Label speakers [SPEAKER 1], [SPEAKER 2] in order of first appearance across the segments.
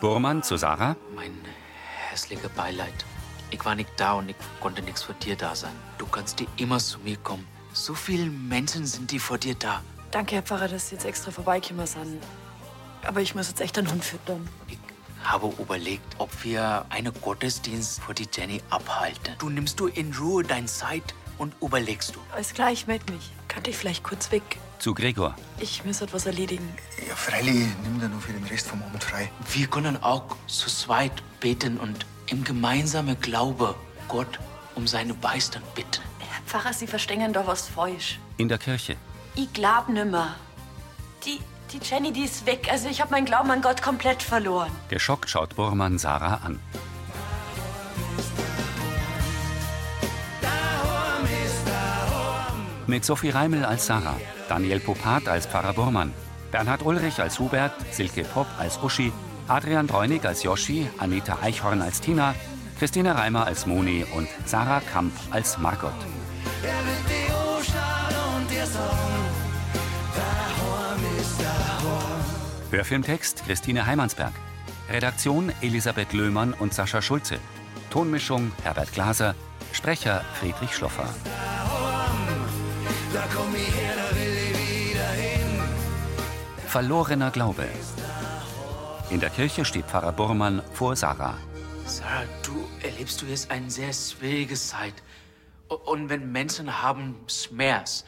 [SPEAKER 1] Burmann zu Sarah.
[SPEAKER 2] Mein hässlicher Beileid. Ich war nicht da und ich konnte nichts für dir da sein. Du kannst dir immer zu mir kommen. So viele Menschen sind die vor dir da.
[SPEAKER 3] Danke, Herr Pfarrer, dass Sie jetzt extra vorbeikommen sind. Aber ich muss jetzt echt einen Hund füttern.
[SPEAKER 2] Ich habe überlegt, ob wir einen Gottesdienst für die Jenny abhalten. Du nimmst du in Ruhe deine Zeit und überlegst du.
[SPEAKER 3] Alles klar, ich melde mich. Könnte ich vielleicht kurz weg?
[SPEAKER 1] Zu Gregor.
[SPEAKER 3] Ich muss etwas erledigen.
[SPEAKER 4] Ja, freilich, nimm dir nur für den Rest vom Abend frei.
[SPEAKER 2] Wir können auch zu zweit beten und im gemeinsamen Glaube Gott um seine Beistand bitten.
[SPEAKER 3] Herr Pfarrer, Sie verstehen doch was falsch.
[SPEAKER 1] In der Kirche.
[SPEAKER 3] Ich glaub nimmer. Die, die Jenny, die ist weg. Also ich habe meinen Glauben an Gott komplett verloren.
[SPEAKER 1] Geschockt schaut Burmann Sarah an. Mit Sophie Reimel als Sarah, Daniel Popat als Pfarrer Burmann, Bernhard Ulrich als Hubert, Silke Popp als Uschi, Adrian Dreunig als Joschi, Anita Eichhorn als Tina, Christina Reimer als Moni und Sarah Kamp als Margot. Hörfilmtext Christine Heimansberg. Redaktion Elisabeth Löhmann und Sascha Schulze. Tonmischung Herbert Glaser. Sprecher Friedrich Schloffer.
[SPEAKER 5] Da komm ich her, da will ich wieder hin.
[SPEAKER 1] Verlorener Glaube. In der Kirche steht Pfarrer Burmann vor Sarah.
[SPEAKER 2] Sarah, du erlebst du jetzt eine sehr schwierige Zeit. U- Und wenn Menschen haben Schmerz,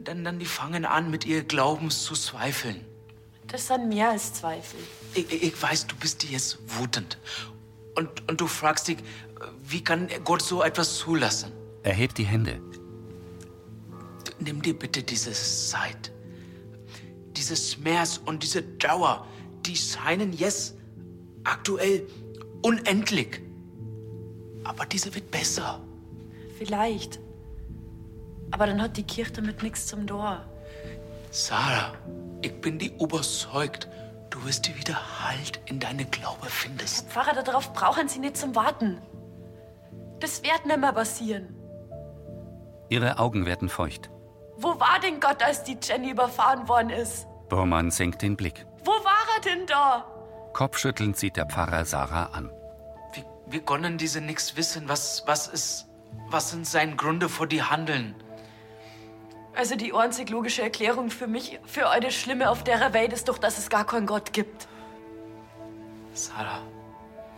[SPEAKER 2] dann, dann die fangen an, mit ihr Glaubens zu zweifeln.
[SPEAKER 3] Das sind mehr als Zweifel.
[SPEAKER 2] Ich, ich- ich weiß, du bist dir jetzt wütend. Und, und du fragst dich, wie kann Gott so etwas zulassen?
[SPEAKER 1] Er hebt die Hände.
[SPEAKER 2] Nimm dir bitte diese Zeit. Diese Schmerz und diese Trauer, die scheinen jetzt aktuell unendlich. Aber diese wird besser.
[SPEAKER 3] Vielleicht. Aber dann hat die Kirche damit nichts zum Tor.
[SPEAKER 2] Sarah, ich bin dir überzeugt, du wirst dir wieder Halt in deine Glaube findest.
[SPEAKER 3] Pfarrer, darauf brauchen Sie nicht zum Warten. Das wird nimmer passieren.
[SPEAKER 1] Ihre Augen werden feucht.
[SPEAKER 3] Wo war denn Gott, als die Jenny überfahren worden ist?
[SPEAKER 1] Burmann senkt den Blick.
[SPEAKER 3] Wo war er denn da?
[SPEAKER 1] Kopfschüttelnd sieht der Pfarrer Sarah an.
[SPEAKER 2] Wir, wir können diese nichts wissen. Was, was ist, was sind seine Gründe für die Handeln?
[SPEAKER 3] Also die einzig logische Erklärung für mich, für eure Schlimme auf der Welt ist doch, dass es gar keinen Gott gibt.
[SPEAKER 2] Sarah,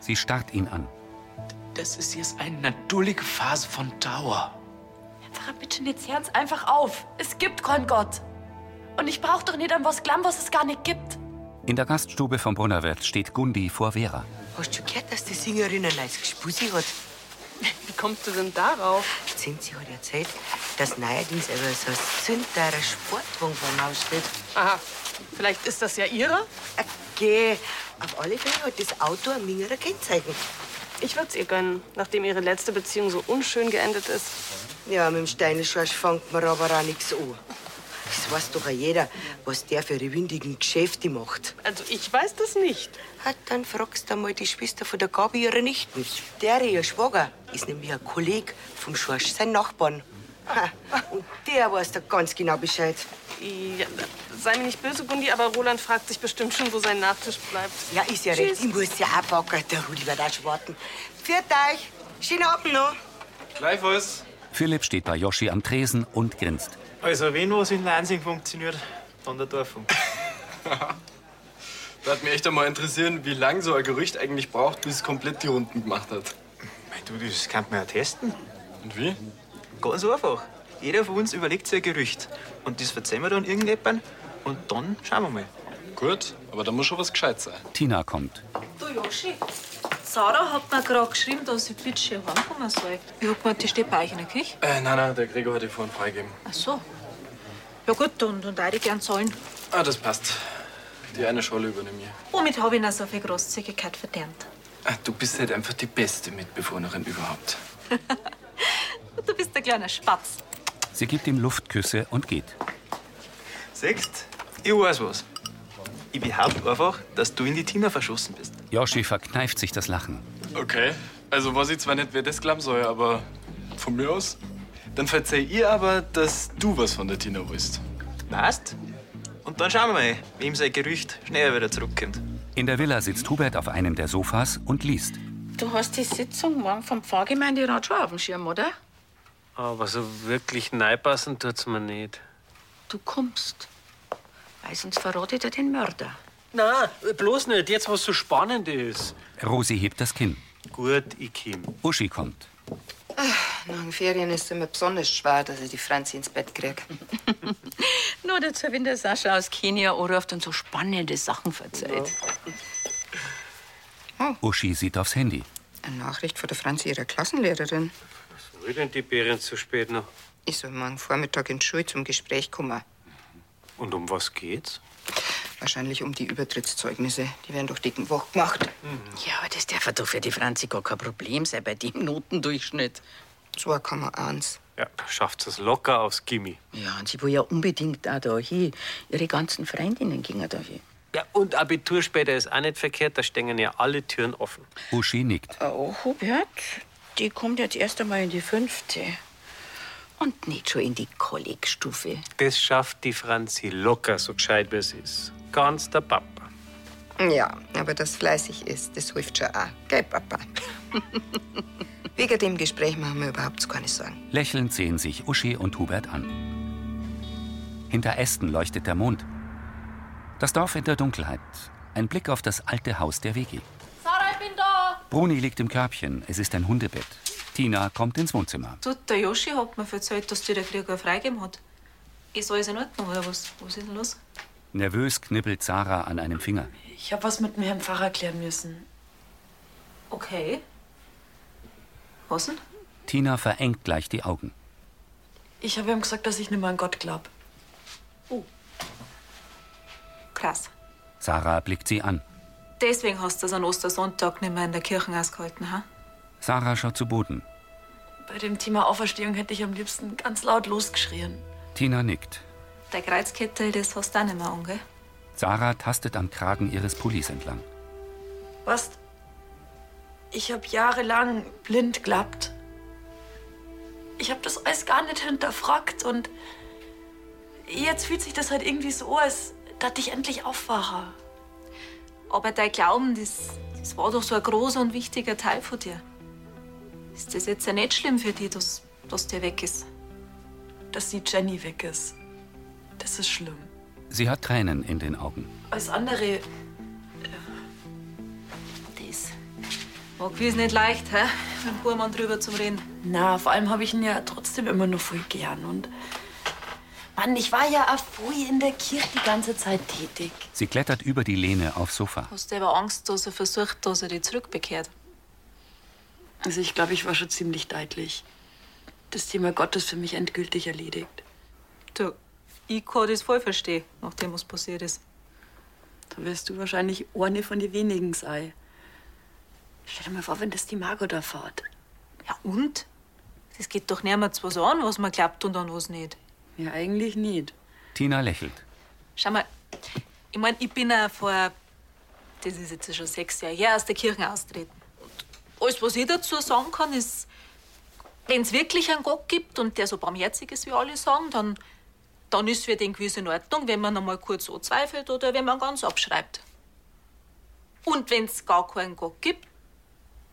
[SPEAKER 1] Sie starrt ihn an.
[SPEAKER 2] das ist jetzt eine natürliche Phase von Trauer.
[SPEAKER 3] Pfarrer, bitte jetzt Herz einfach auf. Es gibt keinen Gott. Und ich brauch doch nicht an was glauben, was es gar nicht gibt.
[SPEAKER 1] In der Gaststube vom Brunnerwirt steht Gundi vor Vera.
[SPEAKER 6] Hast du gehört, dass die Singerin ein neues Gespusi hat? Wie kommst du denn darauf? Zinzi hat erzählt, dass neuerdings aber so ein zündterer Sportwagen beim Haus steht. Aha, vielleicht ist das ja ihre? Okay, auf alle Fälle hat das Auto ein Mingerer Kennzeichen.
[SPEAKER 7] Ich würde es ihr gönnen, nachdem ihre letzte Beziehung so unschön geendet ist.
[SPEAKER 6] Ja, mit dem Steineschorsch fängt man aber auch nichts an. Das weiß doch auch jeder, was der für ihre windigen Geschäfte macht. Also, ich weiß das nicht. Hat dann fragst du mal die Schwester von der Gabi, ihre Nichten. Der, ihr Schwager, ist nämlich ein Kollege vom Schorsch, sein Nachbarn. Ha, und der weiß da ganz genau Bescheid.
[SPEAKER 7] Ja, sei mir nicht böse, Gundi, aber Roland fragt sich bestimmt schon, wo sein Nachtisch bleibt.
[SPEAKER 6] Ja, ist ja recht. Ich muss ja auch packen. Der Rudi wird auch schon warten. Pfiat euch. Schönen Abend noch.
[SPEAKER 8] Gleichfalls.
[SPEAKER 1] Philipp steht bei Joschi am Tresen und grinst.
[SPEAKER 8] Also, wenn was in Lansing funktioniert, dann der um. Dorfunk.
[SPEAKER 9] Da hat mich echt einmal interessieren, wie lange so ein Gerücht eigentlich braucht, bis es komplett die Runden gemacht hat.
[SPEAKER 8] Mei, du, das kann man ja testen.
[SPEAKER 9] Und wie?
[SPEAKER 8] Ganz einfach. Jeder von uns überlegt sich ein Gerücht. Und das verzeihen wir dann irgendjemandem. Und dann schauen wir mal.
[SPEAKER 9] Gut, aber da muss schon was gescheit sein.
[SPEAKER 1] Tina kommt.
[SPEAKER 10] Du Joschi, Sarah hat mir gerade geschrieben, dass ich bitte schön heimkommen soll. Ich hab gemeint, die steht bei euch in der Küche.
[SPEAKER 9] Äh, nein, nein, der Gregor hat die vorhin freigegeben.
[SPEAKER 10] Ach so. Ja gut, und, und auch die gern zahlen.
[SPEAKER 9] Ah, das passt. Die eine Scholle übernehme ich.
[SPEAKER 10] Womit hab ich noch so viel Großzügigkeit verdient?
[SPEAKER 9] Ah, du bist halt einfach die beste Mitbewohnerin überhaupt.
[SPEAKER 10] Du bist ein kleiner Spatz.
[SPEAKER 1] Sie gibt ihm Luftküsse und geht.
[SPEAKER 8] Siehst, ich weiß was. Ich behaupte einfach, dass du in die Tina verschossen bist.
[SPEAKER 1] Joschi verkneift sich das Lachen.
[SPEAKER 9] Okay, also weiß ich zwar nicht, wer das glauben soll, aber von mir aus. Dann verzeih ihr aber, dass du was von der Tina weißt.
[SPEAKER 8] Weißt? Und dann schauen wir mal, wem sein Gerücht schneller wieder zurückkommt.
[SPEAKER 1] In der Villa sitzt Hubert auf einem der Sofas und liest.
[SPEAKER 11] Du hast die Sitzung morgen vom Pfarrgemeinderat schon auf dem Schirm, oder?
[SPEAKER 12] Aber so wirklich neipassen tut's mir nicht.
[SPEAKER 11] Du kommst. Weil sonst verrate ich dir den Mörder.
[SPEAKER 12] Na, bloß nicht, jetzt was so spannend ist.
[SPEAKER 1] Rosi hebt das Kinn.
[SPEAKER 12] Gut, ich komm.
[SPEAKER 1] Uschi kommt.
[SPEAKER 13] Ach, Ah, Nach den Ferien ist es immer besonders schwer, dass ich die Franzi ins Bett krieg.
[SPEAKER 11] Nur dazu, wenn der Sascha aus Kenia anruft und so spannende Sachen verzeiht.
[SPEAKER 1] Uschi sieht aufs Handy.
[SPEAKER 13] Eine Nachricht von der Franzi, ihrer Klassenlehrerin.
[SPEAKER 12] Was will denn die Bären zu spät noch?
[SPEAKER 13] Ich soll morgen Vormittag in die Schule zum Gespräch kommen.
[SPEAKER 12] Und um was geht's?
[SPEAKER 13] Wahrscheinlich um die Übertrittszeugnisse. Die werden doch dicken Woch gemacht.
[SPEAKER 11] Mhm. Ja, aber das darf doch für die Franzi gar kein Problem sein bei dem Notendurchschnitt.
[SPEAKER 13] 2,1.
[SPEAKER 12] Ja, schafft's es locker aufs Gimmi.
[SPEAKER 11] Ja, und sie will ja unbedingt auch da hin. Ihre ganzen Freundinnen gingen da hin.
[SPEAKER 12] Ja, und Abitur später ist auch nicht verkehrt, da stehen ja alle Türen offen.
[SPEAKER 1] Uschi nickt.
[SPEAKER 11] Oh, Hubert, die kommt jetzt erst einmal in die fünfte. Und nicht schon in die Kollegstufe.
[SPEAKER 12] Das schafft die Franzi locker, so gescheit wie es ist. Ganz der Papa.
[SPEAKER 13] Ja, aber das fleißig ist, das hilft schon auch. Gell, Papa? Wegen dem Gespräch machen wir überhaupt keine Sorgen.
[SPEAKER 1] Lächelnd sehen sich Uschi und Hubert an. Hinter Ästen leuchtet der Mond. Das Dorf in der Dunkelheit. Ein Blick auf das alte Haus der WG.
[SPEAKER 10] Sarah, ich bin da!
[SPEAKER 1] Bruni liegt im Körbchen. Es ist ein Hundebett. Tina kommt ins Wohnzimmer.
[SPEAKER 10] Du, der Joschi hat mir erzählt, dass dir der Krieger freigegeben hat. Ist alles in Ordnung, oder was? Was ist denn los?
[SPEAKER 1] Nervös knibbelt Sarah an einem Finger.
[SPEAKER 3] Ich habe was mit dem Herrn Pfarrer klären müssen.
[SPEAKER 10] Okay. Was denn?
[SPEAKER 1] Tina verengt gleich die Augen.
[SPEAKER 3] Ich habe ihm gesagt, dass ich nicht mehr an Gott glaube.
[SPEAKER 10] Krass.
[SPEAKER 1] Sarah blickt sie an.
[SPEAKER 10] Deswegen hast du es an Ostersonntag nicht mehr in der Kirche ausgehalten, ha?
[SPEAKER 1] Sarah schaut zu Boden.
[SPEAKER 3] Bei dem Thema Auferstehung hätte ich am liebsten ganz laut losgeschrien.
[SPEAKER 1] Tina nickt.
[SPEAKER 10] Der Kreuzkittel, das hast du auch nicht mehr an, gell?
[SPEAKER 1] Sarah tastet am Kragen ihres Pullis entlang.
[SPEAKER 3] Was? Ich habe jahrelang blind geglaubt. Ich habe das alles gar nicht hinterfragt und jetzt fühlt sich das halt irgendwie so an, als dass ich endlich aufwache.
[SPEAKER 10] Aber dein Glauben, das, das war doch so ein großer und wichtiger Teil von dir. Ist das jetzt ja nicht schlimm für dich, dass, dass der weg ist?
[SPEAKER 3] Dass die Jenny weg ist. Das ist schlimm.
[SPEAKER 1] Sie hat Tränen in den Augen.
[SPEAKER 3] Alles andere
[SPEAKER 10] Das war gewiss nicht leicht, hä? Mit dem Burmann drüber zu reden.
[SPEAKER 3] Na, vor allem habe ich ihn ja trotzdem immer nur voll gern. Und Mann, ich war ja auch voll in der Kirche die ganze Zeit tätig.
[SPEAKER 1] Sie klettert über die Lehne aufs Sofa.
[SPEAKER 10] Hast du aber Angst, dass er versucht, dass er dich zurückbekehrt?
[SPEAKER 3] Also ich glaube, ich war schon ziemlich deutlich. Das Thema Gott ist für mich endgültig erledigt.
[SPEAKER 10] Du, ich kann das voll verstehen, nachdem was passiert ist.
[SPEAKER 3] Da wirst du wahrscheinlich eine von den wenigen sein. Stell dir mal vor, wenn das die Margot erfahrt.
[SPEAKER 10] Ja, ah, und? Das geht doch niemals was an, was man glaubt und an was nicht.
[SPEAKER 3] Ja, eigentlich nicht.
[SPEAKER 1] Tina lächelt.
[SPEAKER 10] Schau mal, ich meine, ich bin ja vor, das ist jetzt schon sechs Jahre her, aus der Kirche austreten. Und alles, was ich dazu sagen kann, ist, wenn es wirklich einen Gott gibt und der so barmherzig ist, wie alle sagen, dann, dann ist für den gewiss in Ordnung, wenn man einmal kurz anzweifelt oder wenn man ganz abschreibt. Und wenn es gar keinen Gott gibt,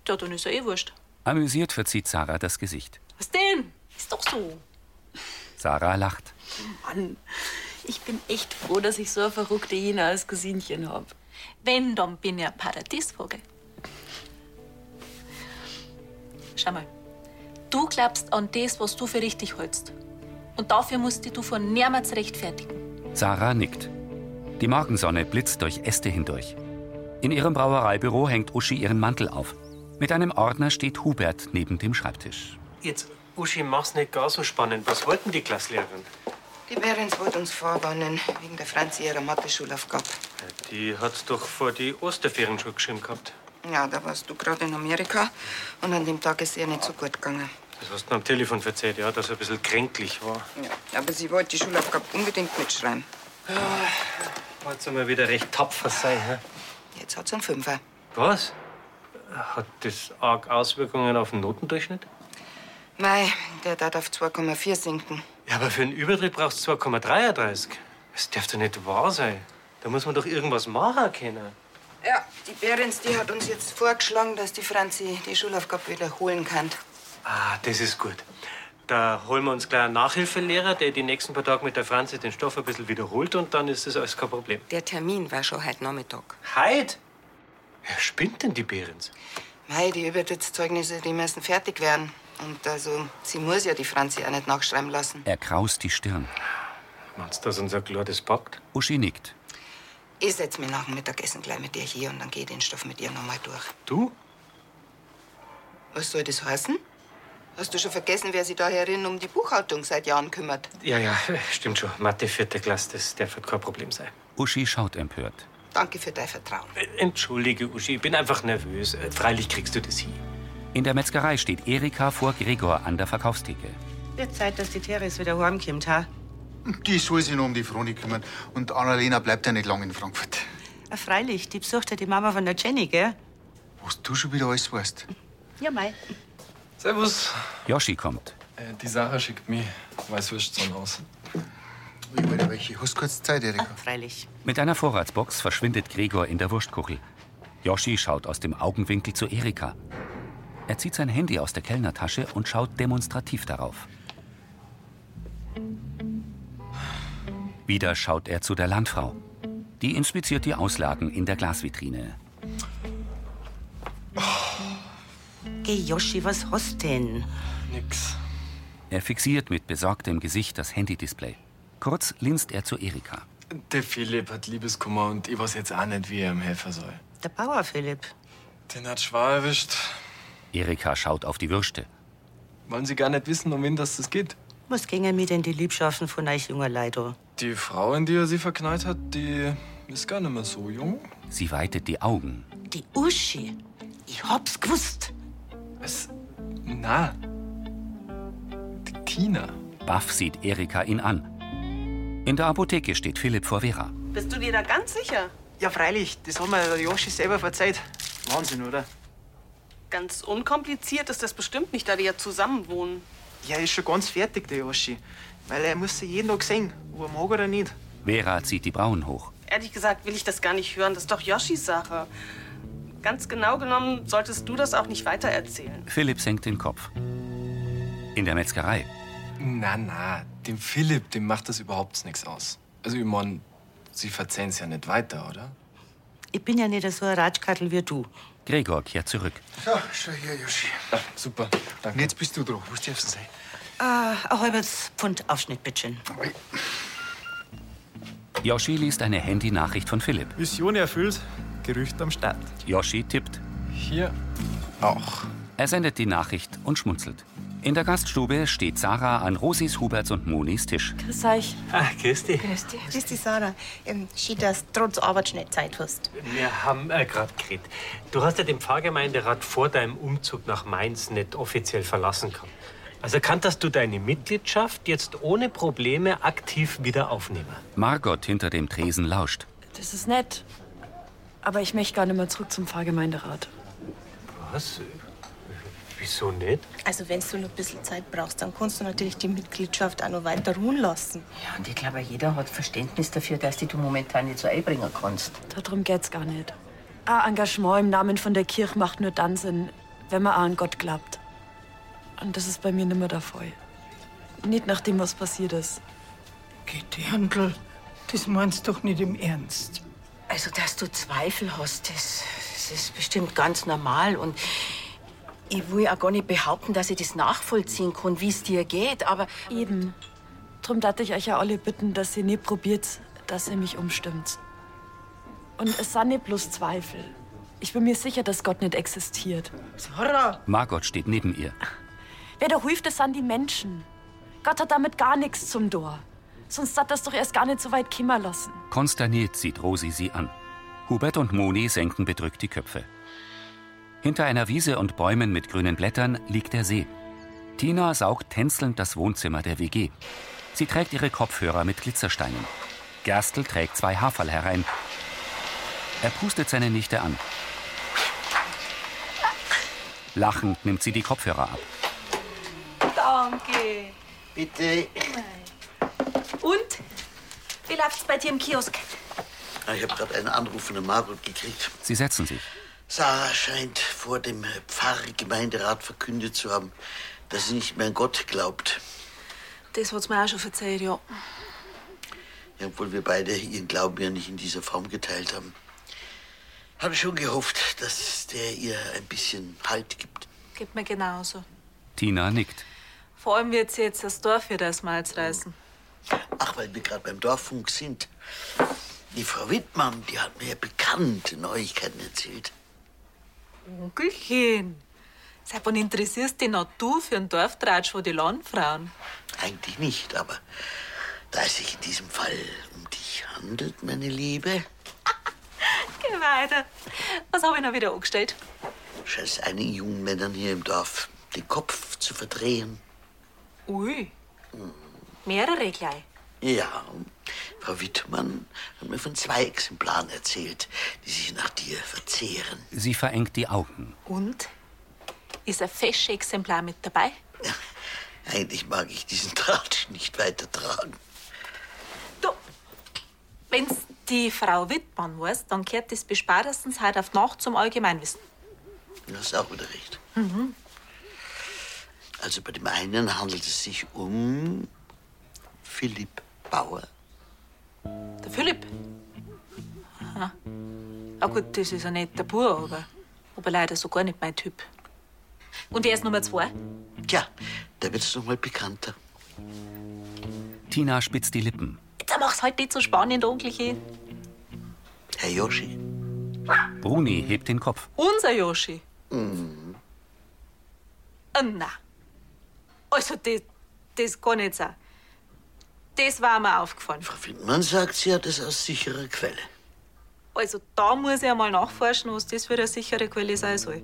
[SPEAKER 10] ja, dann ist er eh wurscht.
[SPEAKER 1] Amüsiert verzieht Sarah das Gesicht.
[SPEAKER 10] Was denn? Ist doch so.
[SPEAKER 1] Sarah lacht.
[SPEAKER 3] Mann, ich bin echt froh, dass ich so eine verrückte Jena als Cousinchen habe.
[SPEAKER 10] Wenn, dann bin ich ein Paradiesvogel. Schau mal, du glaubst an das, was du für richtig hältst. Und dafür musst dich du von niemals rechtfertigen.
[SPEAKER 1] Sarah nickt. Die Morgensonne blitzt durch Äste hindurch. In ihrem Brauereibüro hängt Uschi ihren Mantel auf. Mit einem Ordner steht Hubert neben dem Schreibtisch.
[SPEAKER 12] Jetzt, Uschi, mach's nicht gar so spannend. Was wollten die Klasslehrerin?
[SPEAKER 13] Die Behrens wollte uns vorwarnen, wegen der Franzi ihrer Mathe-Schulaufgabe.
[SPEAKER 12] Die hat's doch vor die Osterferien schon geschrieben gehabt.
[SPEAKER 13] Ja, da warst du gerade in Amerika und an dem Tag ist ihr nicht so gut gegangen.
[SPEAKER 12] Das hast du mir am Telefon verzählt, ja, dass er ein bisschen kränklich war.
[SPEAKER 13] Ja, aber sie wollte die Schulaufgabe unbedingt mitschreiben.
[SPEAKER 12] Heute Ah, soll mal wieder recht tapfer sein, hä?
[SPEAKER 13] Jetzt hat sie einen Fünfer.
[SPEAKER 12] Was? Hat das arg Auswirkungen auf den Notendurchschnitt?
[SPEAKER 13] Mei, der darf auf 2,4 sinken.
[SPEAKER 12] Ja, aber für einen Übertritt brauchst du 2,33. Das darf doch nicht wahr sein. Da muss man doch irgendwas machen können.
[SPEAKER 13] Ja, die Behrens, die hat uns jetzt vorgeschlagen, dass die Franzi die Schulaufgabe wiederholen kann.
[SPEAKER 12] Ah, das ist gut. Da holen wir uns gleich einen Nachhilfelehrer, der die nächsten paar Tage mit der Franzi den Stoff ein bisschen wiederholt und dann ist das alles kein Problem.
[SPEAKER 13] Der Termin war schon heute Nachmittag.
[SPEAKER 12] Heid? Wer spinnt denn die Behrens?
[SPEAKER 13] Mei, die Übertrittszeugnisse, die müssen fertig werden. Und also, sie muss ja die Franzi auch nicht nachschreiben lassen.
[SPEAKER 1] Er kraust die Stirn.
[SPEAKER 12] Meinst du, dass unser Glades packt?
[SPEAKER 1] Uschi nickt.
[SPEAKER 13] Ich setz mich nach dem Mittagessen gleich mit dir hier und dann geh den Stoff mit ihr nochmal durch.
[SPEAKER 12] Du?
[SPEAKER 13] Was soll das heißen? Hast du schon vergessen, wer sich da herin um die Buchhaltung seit Jahren kümmert?
[SPEAKER 12] Ja, ja, stimmt schon. Mathe, vierte Klasse, das darf halt kein Problem sein.
[SPEAKER 1] Uschi schaut empört.
[SPEAKER 13] Danke für dein Vertrauen.
[SPEAKER 12] Äh, Entschuldige, Uschi, ich bin einfach nervös. Äh, Freilich kriegst du das hin.
[SPEAKER 1] In der Metzgerei steht Erika vor Gregor an der Verkaufstheke.
[SPEAKER 14] Wird Zeit, dass die Therese wieder heimkommt, ha?
[SPEAKER 4] Die soll sich noch um die Froni kümmern. Und Annalena bleibt ja nicht lange in Frankfurt.
[SPEAKER 14] Ah, freilich, die besucht ja die Mama von der Jenny, gell?
[SPEAKER 4] Was du schon wieder alles weißt.
[SPEAKER 14] Ja, mei.
[SPEAKER 9] Servus.
[SPEAKER 1] Joschi kommt.
[SPEAKER 9] Äh, die Sarah schickt mir Weißwürstchen aus.
[SPEAKER 4] Ich wollte welche. Hast kurz Zeit, Erika?
[SPEAKER 14] Freilich.
[SPEAKER 1] Mit einer Vorratsbox verschwindet Gregor in der Wurstkuchel. Joschi schaut aus dem Augenwinkel zu Erika. Er zieht sein Handy aus der Kellnertasche und schaut demonstrativ darauf. Wieder schaut er zu der Landfrau. Die inspiziert die Auslagen in der Glasvitrine.
[SPEAKER 14] Geh, Joschi, was hast denn?
[SPEAKER 9] Nix.
[SPEAKER 1] Er fixiert mit besorgtem Gesicht das Handy-Display. Kurz linst er zu Erika.
[SPEAKER 9] Der Philipp hat Liebeskummer und ich weiß jetzt auch nicht, wie er ihm helfen soll.
[SPEAKER 14] Der Bauer Philipp.
[SPEAKER 9] Den hat schwer erwischt.
[SPEAKER 1] Erika schaut auf die Würste.
[SPEAKER 9] Wollen Sie gar nicht wissen, um wen das das geht?
[SPEAKER 14] Was gingen mir denn die Liebschaften von euch junger Leider?
[SPEAKER 9] Die Frau, in die er sie verknallt hat, die ist gar nicht mehr so jung.
[SPEAKER 1] Sie weitet die Augen.
[SPEAKER 14] Die Uschi. Ich hab's gewusst.
[SPEAKER 9] Was? Na. Die Tina.
[SPEAKER 1] Baff sieht Erika ihn an. In der Apotheke steht Philipp vor Vera.
[SPEAKER 7] Bist du dir da ganz sicher?
[SPEAKER 15] Ja, freilich, das haben wir der Joschi selber verzeiht. Wahnsinn, oder?
[SPEAKER 7] Ganz unkompliziert ist das bestimmt nicht, da die ja zusammen wohnen.
[SPEAKER 15] Ja, er ist schon ganz fertig, der Joschi. Weil er muss sie jeden Tag sehen, ob er mag oder nicht.
[SPEAKER 1] Vera zieht die Brauen hoch.
[SPEAKER 7] Ehrlich gesagt will ich das gar nicht hören. Das ist doch Yoshis Sache. Ganz genau genommen solltest du das auch nicht weitererzählen.
[SPEAKER 1] Philipp senkt den Kopf. In der Metzgerei.
[SPEAKER 9] Na, na, dem Philipp, dem macht das überhaupt nichts aus. Also, ich mein, Sie verzeihen es ja nicht weiter, oder?
[SPEAKER 14] Ich bin ja nicht so ein Ratschkattel wie du.
[SPEAKER 1] Gregor kehrt zurück.
[SPEAKER 4] So, schau her, Joschi.
[SPEAKER 9] Ah, super, danke.
[SPEAKER 4] Jetzt bist du dran. Was darf's sein?
[SPEAKER 14] Äh, ein halbes Pfund Aufschnitt, bitteschön.
[SPEAKER 1] Yoshi liest eine Handy-Nachricht von Philipp.
[SPEAKER 16] Vision erfüllt, Gerücht am Start.
[SPEAKER 1] Yoshi tippt.
[SPEAKER 9] Hier
[SPEAKER 1] auch. Er sendet die Nachricht und schmunzelt. In der Gaststube steht Sarah an Rosis, Huberts und Monis Tisch.
[SPEAKER 3] Grüß euch.
[SPEAKER 5] Ah, Christi.
[SPEAKER 3] Grüß dich. Grüß dich, Sarah. Ähm, schön, dass du trotz Arbeit schnell Zeit hast.
[SPEAKER 5] Wir haben äh, gerade geredet. Du hast ja den Pfarrgemeinderat vor deinem Umzug nach Mainz nicht offiziell verlassen können. Also kannst du deine Mitgliedschaft jetzt ohne Probleme aktiv wieder aufnehmen.
[SPEAKER 1] Margot hinter dem Tresen lauscht.
[SPEAKER 3] Das ist nett. Aber ich möchte gar nicht mehr zurück zum Pfarrgemeinderat.
[SPEAKER 5] Was? Wieso nicht?
[SPEAKER 3] Also, wenn du noch ein bisschen Zeit brauchst, dann kannst du natürlich die Mitgliedschaft auch noch weiter ruhen lassen.
[SPEAKER 11] Ja, und ich glaube, jeder hat Verständnis dafür, dass dich du momentan nicht so einbringen kannst.
[SPEAKER 3] Darum geht's gar nicht. Ein Engagement im Namen von der Kirche macht nur dann Sinn, wenn man auch an Gott glaubt. Und das ist bei mir nimmer der Fall. Nicht nach dem, was passiert ist.
[SPEAKER 17] Dirndl, das meinst du doch nicht im Ernst.
[SPEAKER 11] Also, dass du Zweifel hast, das, das ist bestimmt ganz normal. Und ich will auch gar nicht behaupten, dass ich das nachvollziehen kann, wie es dir geht, aber.
[SPEAKER 3] Eben. Drum darf ich euch ja alle bitten, dass ihr nicht probiert, dass ihr mich umstimmt. Und es sind nicht bloß Zweifel. Ich bin mir sicher, dass Gott nicht existiert.
[SPEAKER 17] Sarah!
[SPEAKER 1] Margot steht neben ihr.
[SPEAKER 3] Wer da hilft, das sind die Menschen. Gott hat damit gar nichts zum Tor. Sonst hat das doch erst gar nicht so weit kimmer lassen.
[SPEAKER 1] Konsterniert sieht Rosi sie an. Hubert und Moni senken bedrückt die Köpfe. Hinter einer Wiese und Bäumen mit grünen Blättern liegt der See. Tina saugt tänzelnd das Wohnzimmer der WG. Sie trägt ihre Kopfhörer mit Glitzersteinen. Gerstl trägt zwei Haferl herein. Er pustet seine Nichte an. Lachend nimmt sie die Kopfhörer ab.
[SPEAKER 3] Danke.
[SPEAKER 11] Bitte.
[SPEAKER 3] Und? Wie läuft's bei dir im Kiosk?
[SPEAKER 18] Ah, Ich habe gerade einen Anruf von der Margot gekriegt.
[SPEAKER 1] Sie setzen sich.
[SPEAKER 18] Sarah scheint vor dem Pfarrgemeinderat verkündet zu haben, dass sie nicht mehr an Gott glaubt.
[SPEAKER 10] Das hat's mir auch schon erzählt, ja.
[SPEAKER 18] Ja, Obwohl wir beide ihren Glauben ja nicht in dieser Form geteilt haben. Habe schon gehofft, dass der ihr ein bisschen Halt gibt.
[SPEAKER 10] Geht mir genauso.
[SPEAKER 1] Tina nickt.
[SPEAKER 10] Vor allem wird sie jetzt das Dorf wieder das Malz reißen.
[SPEAKER 18] Ach, weil wir gerade beim Dorffunk sind. Die Frau Wittmann, die hat mir ja bekannte Neuigkeiten erzählt.
[SPEAKER 10] Onkelchen, seit wann interessierst dich noch du für einen Dorftratsch von den Landfrauen?
[SPEAKER 18] Eigentlich nicht, aber da es sich in diesem Fall um dich handelt, meine Liebe,
[SPEAKER 10] Geh weiter. Was habe ich noch wieder angestellt?
[SPEAKER 18] scheint es einigen jungen Männern hier im Dorf den Kopf zu verdrehen.
[SPEAKER 10] Ui. Hm. Mehrere gleich.
[SPEAKER 18] Ja, Frau Wittmann hat mir von zwei Exemplaren erzählt, die sich nach dir verzehren.
[SPEAKER 1] Sie verengt die Augen.
[SPEAKER 10] Und? Ist ein fesches Exemplar mit dabei?
[SPEAKER 18] Eigentlich mag ich diesen Tratsch nicht weitertragen.
[SPEAKER 10] Wenn's die Frau Wittmann weiß, dann kehrt das bis spätestens heute auf die Nacht zum Allgemeinwissen.
[SPEAKER 18] Du hast auch wieder recht.
[SPEAKER 10] Mhm.
[SPEAKER 18] Also bei dem einen handelt es sich um Philipp Bauer.
[SPEAKER 10] Der Philipp. Aha. Ah gut, das ist ein netter Bub, aber, aber leider so gar nicht mein Typ. Und wer ist Nummer zwei?
[SPEAKER 18] Tja, da wird es noch mal bekannter.
[SPEAKER 1] Tina spitzt die Lippen.
[SPEAKER 10] Jetzt mach's halt nicht so spannend, Onkelchen.
[SPEAKER 18] Herr Joschi.
[SPEAKER 1] Bruni hebt den Kopf.
[SPEAKER 10] Unser Joschi.
[SPEAKER 18] Mhm.
[SPEAKER 10] Ah, na. Also, das, das kann nicht sein. Das war mir aufgefallen.
[SPEAKER 18] Man sagt, sie hat es aus sicherer Quelle.
[SPEAKER 10] Also, da muss ich einmal nachforschen, was das für eine sichere Quelle sein soll.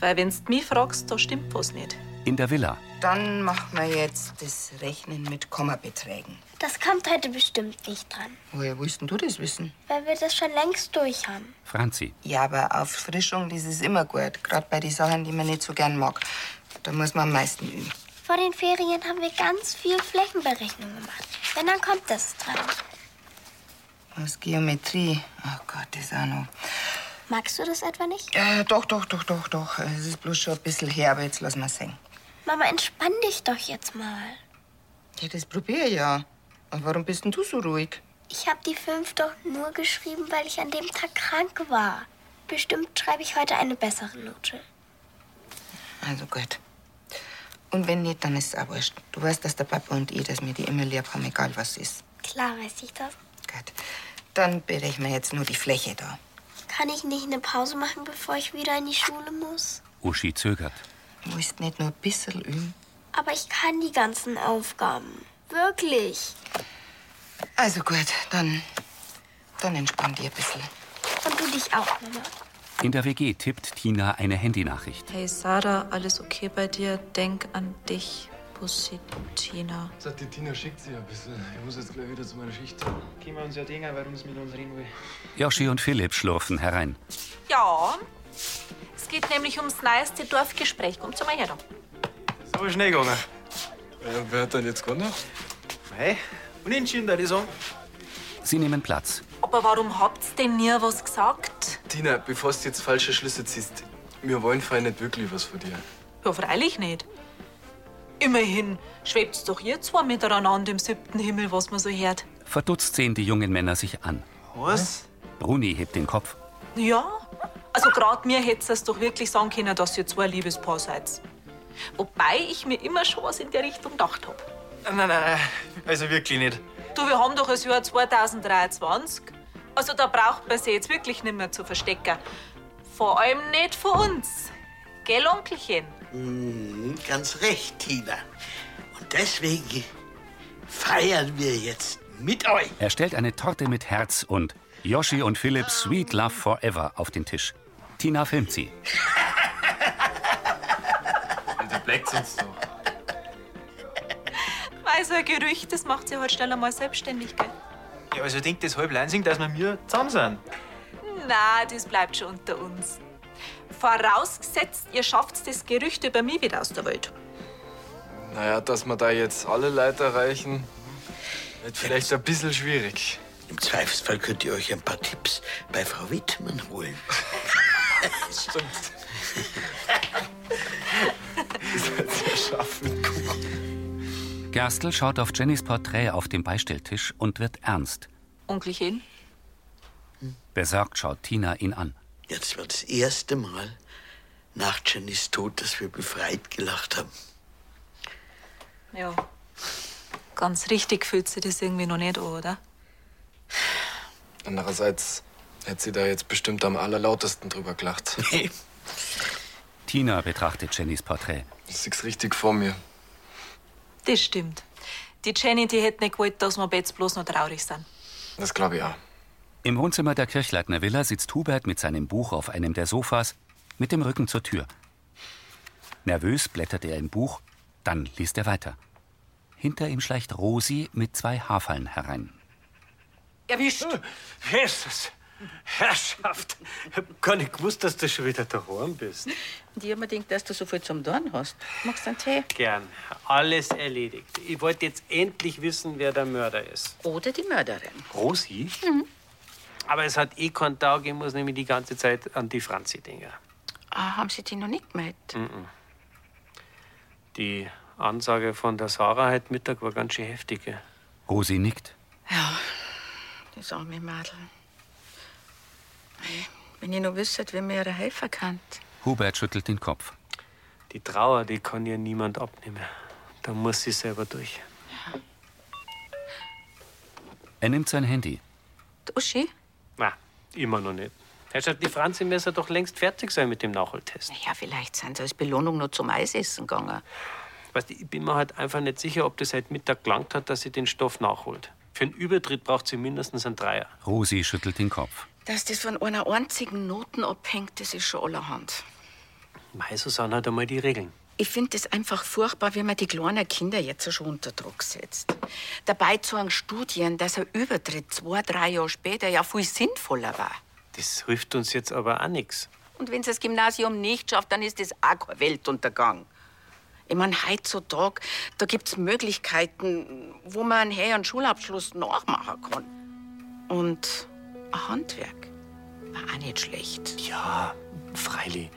[SPEAKER 10] Weil, wenn's mich fragst, da stimmt was nicht.
[SPEAKER 1] In der Villa.
[SPEAKER 13] Dann machen wir jetzt das Rechnen mit Kommabeträgen.
[SPEAKER 19] Das kommt heute bestimmt nicht dran,
[SPEAKER 13] Woher willst denn du das wissen?
[SPEAKER 19] weil wir das schon längst durch haben.
[SPEAKER 1] Franzi.
[SPEAKER 13] Ja, aber Auffrischung, das ist immer gut. Gerade bei den Sachen, die man nicht so gern mag. Da muss man am meisten üben.
[SPEAKER 19] Vor den Ferien haben wir ganz viel Flächenberechnung gemacht. Wenn, dann kommt das dran.
[SPEAKER 13] Aus Geometrie. Oh Gott, das auch noch.
[SPEAKER 19] Magst du das etwa nicht?
[SPEAKER 13] Äh, doch, doch, doch, doch, doch. Es ist bloß schon ein bisschen her, aber jetzt lass mal sehen.
[SPEAKER 19] Mama, entspann dich doch jetzt mal.
[SPEAKER 13] Ja, das probier ich ja. Und warum bist denn du so ruhig?
[SPEAKER 19] Ich habe die fünf doch nur geschrieben, weil ich an dem Tag krank war. Bestimmt schreibe ich heute eine bessere Note.
[SPEAKER 13] Also gut. Und wenn nicht, dann ist es auch wurscht. Du weißt, dass der Papa und ich, dass wir die immer lieb haben, egal was ist.
[SPEAKER 19] Klar weiß ich das.
[SPEAKER 13] Dann berechnen wir jetzt nur die Fläche da.
[SPEAKER 19] Kann ich nicht eine Pause machen, bevor ich wieder in die Schule muss?
[SPEAKER 1] Uschi zögert.
[SPEAKER 13] Du musst nicht nur ein bisschen üben.
[SPEAKER 19] Aber ich kann die ganzen Aufgaben. Wirklich.
[SPEAKER 13] Also gut, dann, dann entspann dich ein bisschen.
[SPEAKER 19] Und du dich auch, Mama.
[SPEAKER 1] In der WG tippt Tina eine Handynachricht.
[SPEAKER 10] Hey Sarah, alles okay bei dir? Denk an dich, Bussi Tina.
[SPEAKER 9] Sagt die Tina, schickt sie ein bisschen. Ich muss jetzt gleich wieder zu meiner Schicht.
[SPEAKER 8] Gehen wir uns ja denken, warum sie mit uns reden will.
[SPEAKER 1] Joschi und Philipp schlurfen herein.
[SPEAKER 10] Ja, es geht nämlich ums neueste Dorfgespräch. Kommt zu mal her. da.
[SPEAKER 8] So schnell gegangen.
[SPEAKER 9] wer hat denn jetzt gewonnen?
[SPEAKER 8] Hey, unentschieden, da die Song.
[SPEAKER 1] Sie nehmen Platz.
[SPEAKER 10] Aber warum habt's denn nie was gesagt?
[SPEAKER 9] Tina, bevor du jetzt falsche Schlüsse ziehst, wir wollen fein nicht wirklich was von dir.
[SPEAKER 10] Ja, freilich nicht. Immerhin schwebt's doch ihr zwei miteinander im siebten Himmel, was man so hört.
[SPEAKER 1] Verdutzt sehen die jungen Männer sich an.
[SPEAKER 8] Was?
[SPEAKER 1] Bruni hebt den Kopf.
[SPEAKER 10] Ja, also gerade mir hätt's es doch wirklich sagen können, dass ihr zwei ein Liebespaar seid. Wobei ich mir immer schon was in der Richtung gedacht hab.
[SPEAKER 8] Nein, nein, nein. Also wirklich nicht.
[SPEAKER 10] Du, wir haben doch das Jahr 2023. Also da braucht man sich jetzt wirklich nicht mehr zu verstecken. Vor allem nicht vor uns. Gell, Onkelchen?
[SPEAKER 18] Mhm, ganz recht, Tina. Und deswegen feiern wir jetzt mit euch.
[SPEAKER 1] Er stellt eine Torte mit Herz und Yoshi und Philipp Sweet Love Forever auf den Tisch. Tina filmt sie.
[SPEAKER 8] Und die bleckt uns doch.
[SPEAKER 10] Weil so Also ein Gerücht, das macht sie halt schnell einmal selbstständig, gell?
[SPEAKER 8] Ja, also denkt das halb Lansing, dass wir mir zusammen sind.
[SPEAKER 10] Na, das bleibt schon unter uns. Vorausgesetzt, ihr schafft das Gerücht über mich wieder aus der Welt.
[SPEAKER 9] Naja, dass wir da jetzt alle Leute erreichen, wird vielleicht ein bisschen schwierig.
[SPEAKER 18] Im Zweifelsfall könnt ihr euch ein paar Tipps bei Frau Wittmann holen.
[SPEAKER 9] Stimmt.
[SPEAKER 1] Gerstl schaut auf Jennys Porträt auf dem Beistelltisch und wird ernst.
[SPEAKER 10] Onkel Chen?
[SPEAKER 1] Besorgt schaut Tina ihn an.
[SPEAKER 18] Ja, das war das erste Mal nach Jennys Tod, dass wir befreit gelacht haben.
[SPEAKER 10] Ja. Ganz richtig fühlt sich das irgendwie noch nicht an, oder?
[SPEAKER 9] Andererseits hätte sie da jetzt bestimmt am allerlautesten drüber gelacht. Nee.
[SPEAKER 1] Tina betrachtet Jennys Porträt.
[SPEAKER 9] Ich sieh's richtig vor mir.
[SPEAKER 10] Das stimmt. Die Jenny, die hätte nicht gewollt, dass wir jetzt bloß noch traurig sind.
[SPEAKER 9] Das glaube ich auch.
[SPEAKER 1] Im Wohnzimmer der Kirchleitner Villa sitzt Hubert mit seinem Buch auf einem der Sofas, mit dem Rücken zur Tür. Nervös blättert er im Buch, dann liest er weiter. Hinter ihm schleicht Rosi mit zwei Haarfallen herein.
[SPEAKER 12] Erwischt! Äh, Jesus! Herrschaft! Ich hab gar nicht gewusst, dass du schon wieder daheim bist.
[SPEAKER 11] Und ich hab mir gedacht, dass du so viel zum Dorn hast. Magst du einen Tee?
[SPEAKER 12] Gern. Alles erledigt. Ich wollte jetzt endlich wissen, wer der Mörder ist.
[SPEAKER 11] Oder die Mörderin.
[SPEAKER 12] Rosi?
[SPEAKER 11] Mhm.
[SPEAKER 12] Aber es hat eh keinen Tag, ich muss nämlich die ganze Zeit an die Franzi denken.
[SPEAKER 11] Ah, haben sie die noch nicht gemeldet?
[SPEAKER 12] Mhm. Die Ansage von der Sarah heute Mittag war ganz schön heftig. gell?
[SPEAKER 1] Rosi nickt.
[SPEAKER 11] Ja, das arme Madel. Wenn ihr nur wisst, wer mir helfen kann.
[SPEAKER 1] Hubert schüttelt den Kopf.
[SPEAKER 12] Die Trauer, die kann ihr niemand abnehmen. Da muss sie selber durch.
[SPEAKER 1] Er nimmt sein Handy.
[SPEAKER 11] Uschi?
[SPEAKER 12] Na, immer noch nicht. Herrschaft, die Franzi müsste doch längst fertig sein mit dem Nachholtest.
[SPEAKER 11] Ja, vielleicht sind sie als Belohnung nur um zum Eisessen gegangen.
[SPEAKER 12] Weißt, du, ich bin mir halt einfach nicht sicher, ob das seit Mittag gelangt hat, dass sie den Stoff nachholt. Für einen Übertritt braucht sie mindestens einen Dreier.
[SPEAKER 1] Rosi schüttelt den Kopf.
[SPEAKER 11] Dass das von einer einzigen Noten abhängt, das ist schon allerhand.
[SPEAKER 12] Mei, Susanne hat einmal die Regeln.
[SPEAKER 11] Ich finde es einfach furchtbar, wenn man die kleinen Kinder jetzt schon unter Druck setzt. Dabei zeigen Studien, dass ein Übertritt zwei, drei Jahre später ja viel sinnvoller war.
[SPEAKER 12] Das hilft uns jetzt aber auch nichts.
[SPEAKER 11] Und wenn sie das Gymnasium nicht schafft, dann ist das auch kein Weltuntergang. Ich meine, heutzutage, da gibt es Möglichkeiten, wo man einen höheren Schulabschluss nachmachen kann. Und ein Handwerk war auch nicht schlecht.
[SPEAKER 12] Ja, freilich.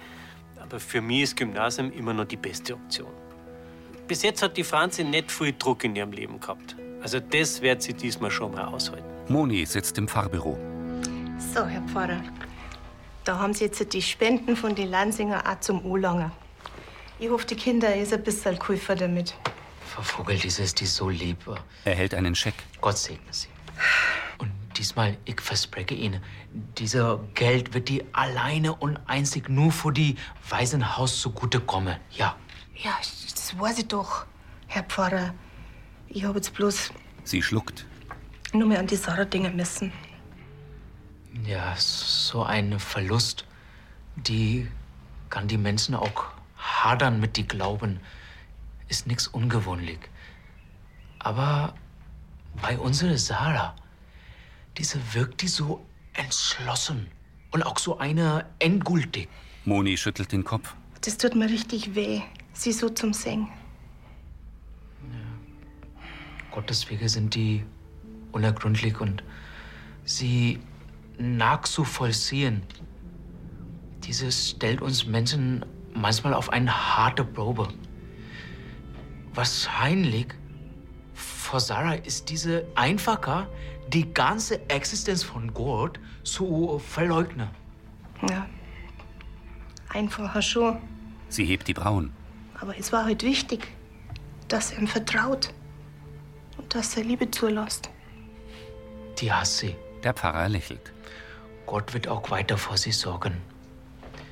[SPEAKER 12] Aber für mich ist Gymnasium immer noch die beste Option. Bis jetzt hat die Franzi nicht viel Druck in ihrem Leben gehabt. Also das wird sie diesmal schon mal aushalten.
[SPEAKER 1] Moni sitzt im Fahrbüro.
[SPEAKER 5] So, Herr Pfarrer, da haben Sie jetzt die Spenden von den Lansinger auch zum Olanger. Ich hoffe, die Kinder ist ein bisschen Käufer damit.
[SPEAKER 2] Frau Vogel, das ist die so lieb. war.
[SPEAKER 1] Er hält einen Scheck.
[SPEAKER 2] Gott segne sie. Und diesmal, ich verspreche Ihnen, dieser Geld wird die alleine und einzig nur für die Waisenhaus zugutekommen. Ja.
[SPEAKER 5] Ja, das weiß ich doch, Herr Pfarrer. Ich habe jetzt bloß
[SPEAKER 1] Sie schluckt.
[SPEAKER 5] nur mehr an die Sarah denken müssen.
[SPEAKER 2] Ja, so ein Verlust, die kann die Menschen auch hadern mit die Glauben. Ist nix ungewöhnlich. Aber bei unserer Sarah, diese wirkt die so entschlossen und auch so eine endgültig.
[SPEAKER 1] Moni schüttelt den Kopf.
[SPEAKER 5] Das tut mir richtig weh, sie so zum Singen.
[SPEAKER 2] Gottes Wege sind die unergründlich und sie nachzuvollziehen. Dieses stellt uns Menschen manchmal auf eine harte Probe. Wahrscheinlich für Sarah ist diese einfacher, die ganze Existenz von Gott zu verleugnen.
[SPEAKER 5] Ja. Einfacher schon.
[SPEAKER 1] Sie hebt die Brauen.
[SPEAKER 5] Aber es war halt wichtig, dass er ihm vertraut. Und dass er Liebe zulässt.
[SPEAKER 2] Die hasst sie.
[SPEAKER 1] Der Pfarrer lächelt.
[SPEAKER 2] Gott wird auch weiter vor sie sorgen.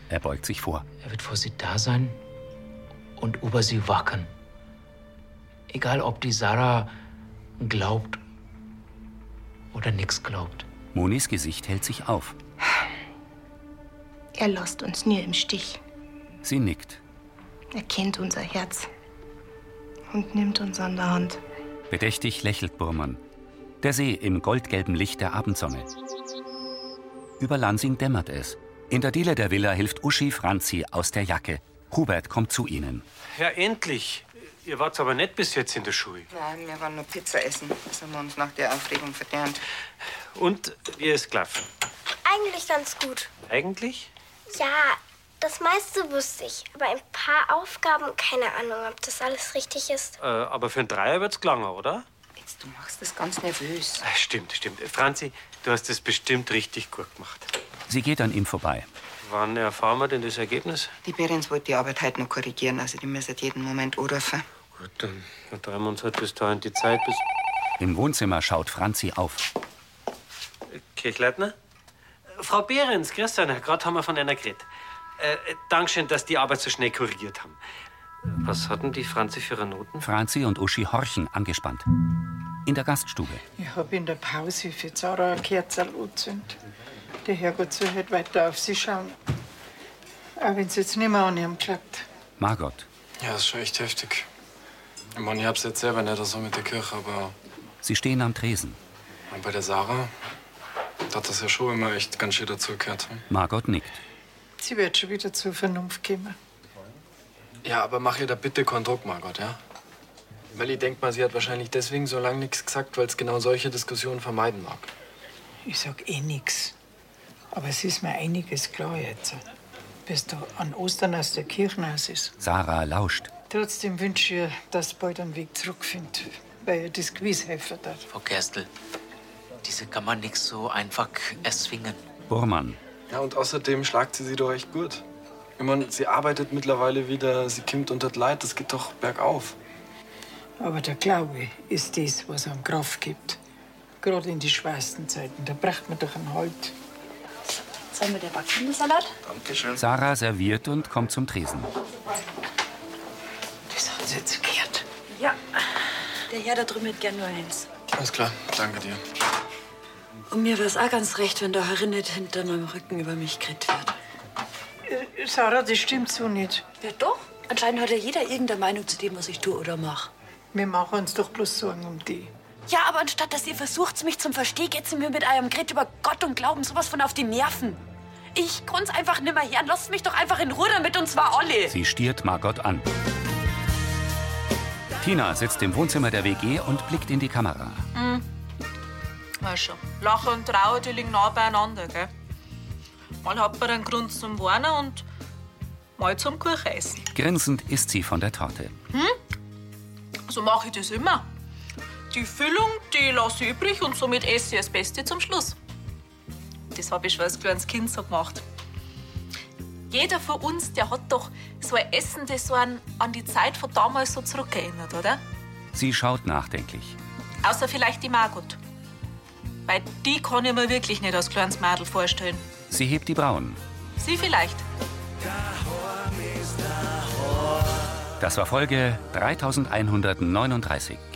[SPEAKER 1] Er beugt sich vor.
[SPEAKER 2] Er wird vor sie da sein und über sie wachen. Egal, ob die Sarah glaubt oder nichts glaubt.
[SPEAKER 1] Monis Gesicht hält sich auf.
[SPEAKER 5] Er lässt uns nie im Stich.
[SPEAKER 1] Sie nickt.
[SPEAKER 5] Er kennt unser Herz. Und nimmt uns an der Hand.
[SPEAKER 1] Bedächtig lächelt Burmann. Der See im goldgelben Licht der Abendsonne. Über Lansing dämmert es. In der Diele der Villa hilft Uschi Franzi aus der Jacke. Hubert kommt zu ihnen.
[SPEAKER 12] Ja, endlich.
[SPEAKER 20] Ihr wart aber nicht bis jetzt in der Schule.
[SPEAKER 13] Nein, wir waren nur Pizza essen. Das haben wir uns nach der Aufregung verdient.
[SPEAKER 20] Und wie ist gelaufen?
[SPEAKER 19] Eigentlich ganz gut.
[SPEAKER 20] Eigentlich?
[SPEAKER 19] Ja, das meiste wusste ich, aber ein paar Aufgaben, keine Ahnung, ob das alles richtig ist.
[SPEAKER 20] Äh, aber für einen Dreier wird's gelangen, oder?
[SPEAKER 13] Du machst das ganz nervös.
[SPEAKER 20] Ah, Stimmt, stimmt. Franzi, du hast es bestimmt richtig gut gemacht.
[SPEAKER 1] Sie geht an ihm vorbei.
[SPEAKER 20] Wann erfahren wir denn das Ergebnis?
[SPEAKER 13] Die Behrens wollte die Arbeit heute noch korrigieren, also die müssen jeden Moment anrufen.
[SPEAKER 20] Gut, dann vertreiben wir uns halt bis dahin die Zeit bis.
[SPEAKER 1] Im Wohnzimmer schaut Franzi auf.
[SPEAKER 20] Kirchleitner? ne? Frau Behrens, grüß euch. Gerade haben wir von einer geredet. Äh, Dankeschön, dass die Arbeit so schnell korrigiert haben. Was hatten die Franzi für ihre Noten?
[SPEAKER 1] Franzi und Uschi horchen angespannt. In der Gaststube.
[SPEAKER 17] Ich habe in der Pause für Zara eine Kerze angezündet. Der Herrgott soll halt weiter auf sie schauen. Auch wenn es jetzt nicht mehr an ihm klappt.
[SPEAKER 1] Margot.
[SPEAKER 9] Ja, das ist schon echt heftig. Ich meine, ich hab's jetzt selber nicht so mit der Kirche, aber
[SPEAKER 1] Sie stehen am Tresen.
[SPEAKER 9] bei der Sarah, da hat das ja schon immer echt ganz schön dazu gehört.
[SPEAKER 1] Margot nickt.
[SPEAKER 17] Sie wird schon wieder zur Vernunft kommen.
[SPEAKER 9] Ja, aber mach ihr da bitte keinen Druck, Margot, ja? Melli denkt mal, sie hat wahrscheinlich deswegen so lange nichts gesagt, weil es genau solche Diskussionen vermeiden mag.
[SPEAKER 17] Ich sag eh nix. Aber es ist mir einiges klar jetzt. Bis da an Ostern aus der Kirche raus ist.
[SPEAKER 1] Sarah lauscht.
[SPEAKER 17] Trotzdem wünsche ich, ihr, dass ihr bald einen Weg zurückfindet, weil ihr das gewiss helfen darf.
[SPEAKER 2] Frau Kerstel, diese kann man nicht so einfach erzwingen.
[SPEAKER 1] Burmann.
[SPEAKER 9] Ja, und außerdem schlagt sie sie doch echt gut. Ich meine, sie arbeitet mittlerweile wieder, sie kimmt unter das Leid, das geht doch bergauf.
[SPEAKER 17] Aber der Glaube ist das, was einem Kraft gibt. Gerade in die schwersten Zeiten, da braucht man doch einen Halt.
[SPEAKER 3] Sollen wir der Backfindelsalat?
[SPEAKER 9] Dankeschön.
[SPEAKER 1] Sarah serviert und kommt zum Tresen.
[SPEAKER 17] Das haben sie jetzt gehört.
[SPEAKER 3] Ja. Der Herr da drüben hätte gern nur eins.
[SPEAKER 9] Alles klar, danke dir.
[SPEAKER 21] Und mir wär's auch ganz recht, wenn der Herr nicht hinter meinem Rücken über mich krit wird.
[SPEAKER 17] Äh, Sarah, das stimmt so nicht.
[SPEAKER 21] Ja, doch. Anscheinend hat ja jeder irgendeine Meinung zu dem, was ich tue oder mache.
[SPEAKER 17] Wir machen uns doch bloß Sorgen um die.
[SPEAKER 10] Ja, aber anstatt dass ihr versucht, mich zum Versteh, geht's mir mit eurem Gret über Gott und Glauben sowas von auf die Nerven. Ich grunz einfach nimmer her und lasst mich doch einfach in Ruhe damit und zwar alle.
[SPEAKER 1] Sie stiert Margot an. Tina sitzt im Wohnzimmer der WG und blickt in die Kamera.
[SPEAKER 10] Mhm. Weiß schon. Lachen und Trauer, die liegen nah beieinander, gell? Mal hat man einen Grund zum Warnen und mal zum Kuchenessen.
[SPEAKER 1] Grinsend isst sie von der Torte.
[SPEAKER 10] Hm? So mache ich das immer. Die Füllung, die lasse ich übrig und somit esse ich das Beste zum Schluss. Das habe ich schon als kleines Kind so gemacht. Jeder von uns, der hat doch so ein Essen, das so an, an die Zeit von damals so zurückerinnert, oder?
[SPEAKER 1] Sie schaut nachdenklich.
[SPEAKER 10] Außer vielleicht die Margot. Weil die kann ich mir wirklich nicht als kleines Madel vorstellen.
[SPEAKER 1] Sie hebt die Brauen.
[SPEAKER 10] Sie vielleicht.
[SPEAKER 1] Das war Folge 3139.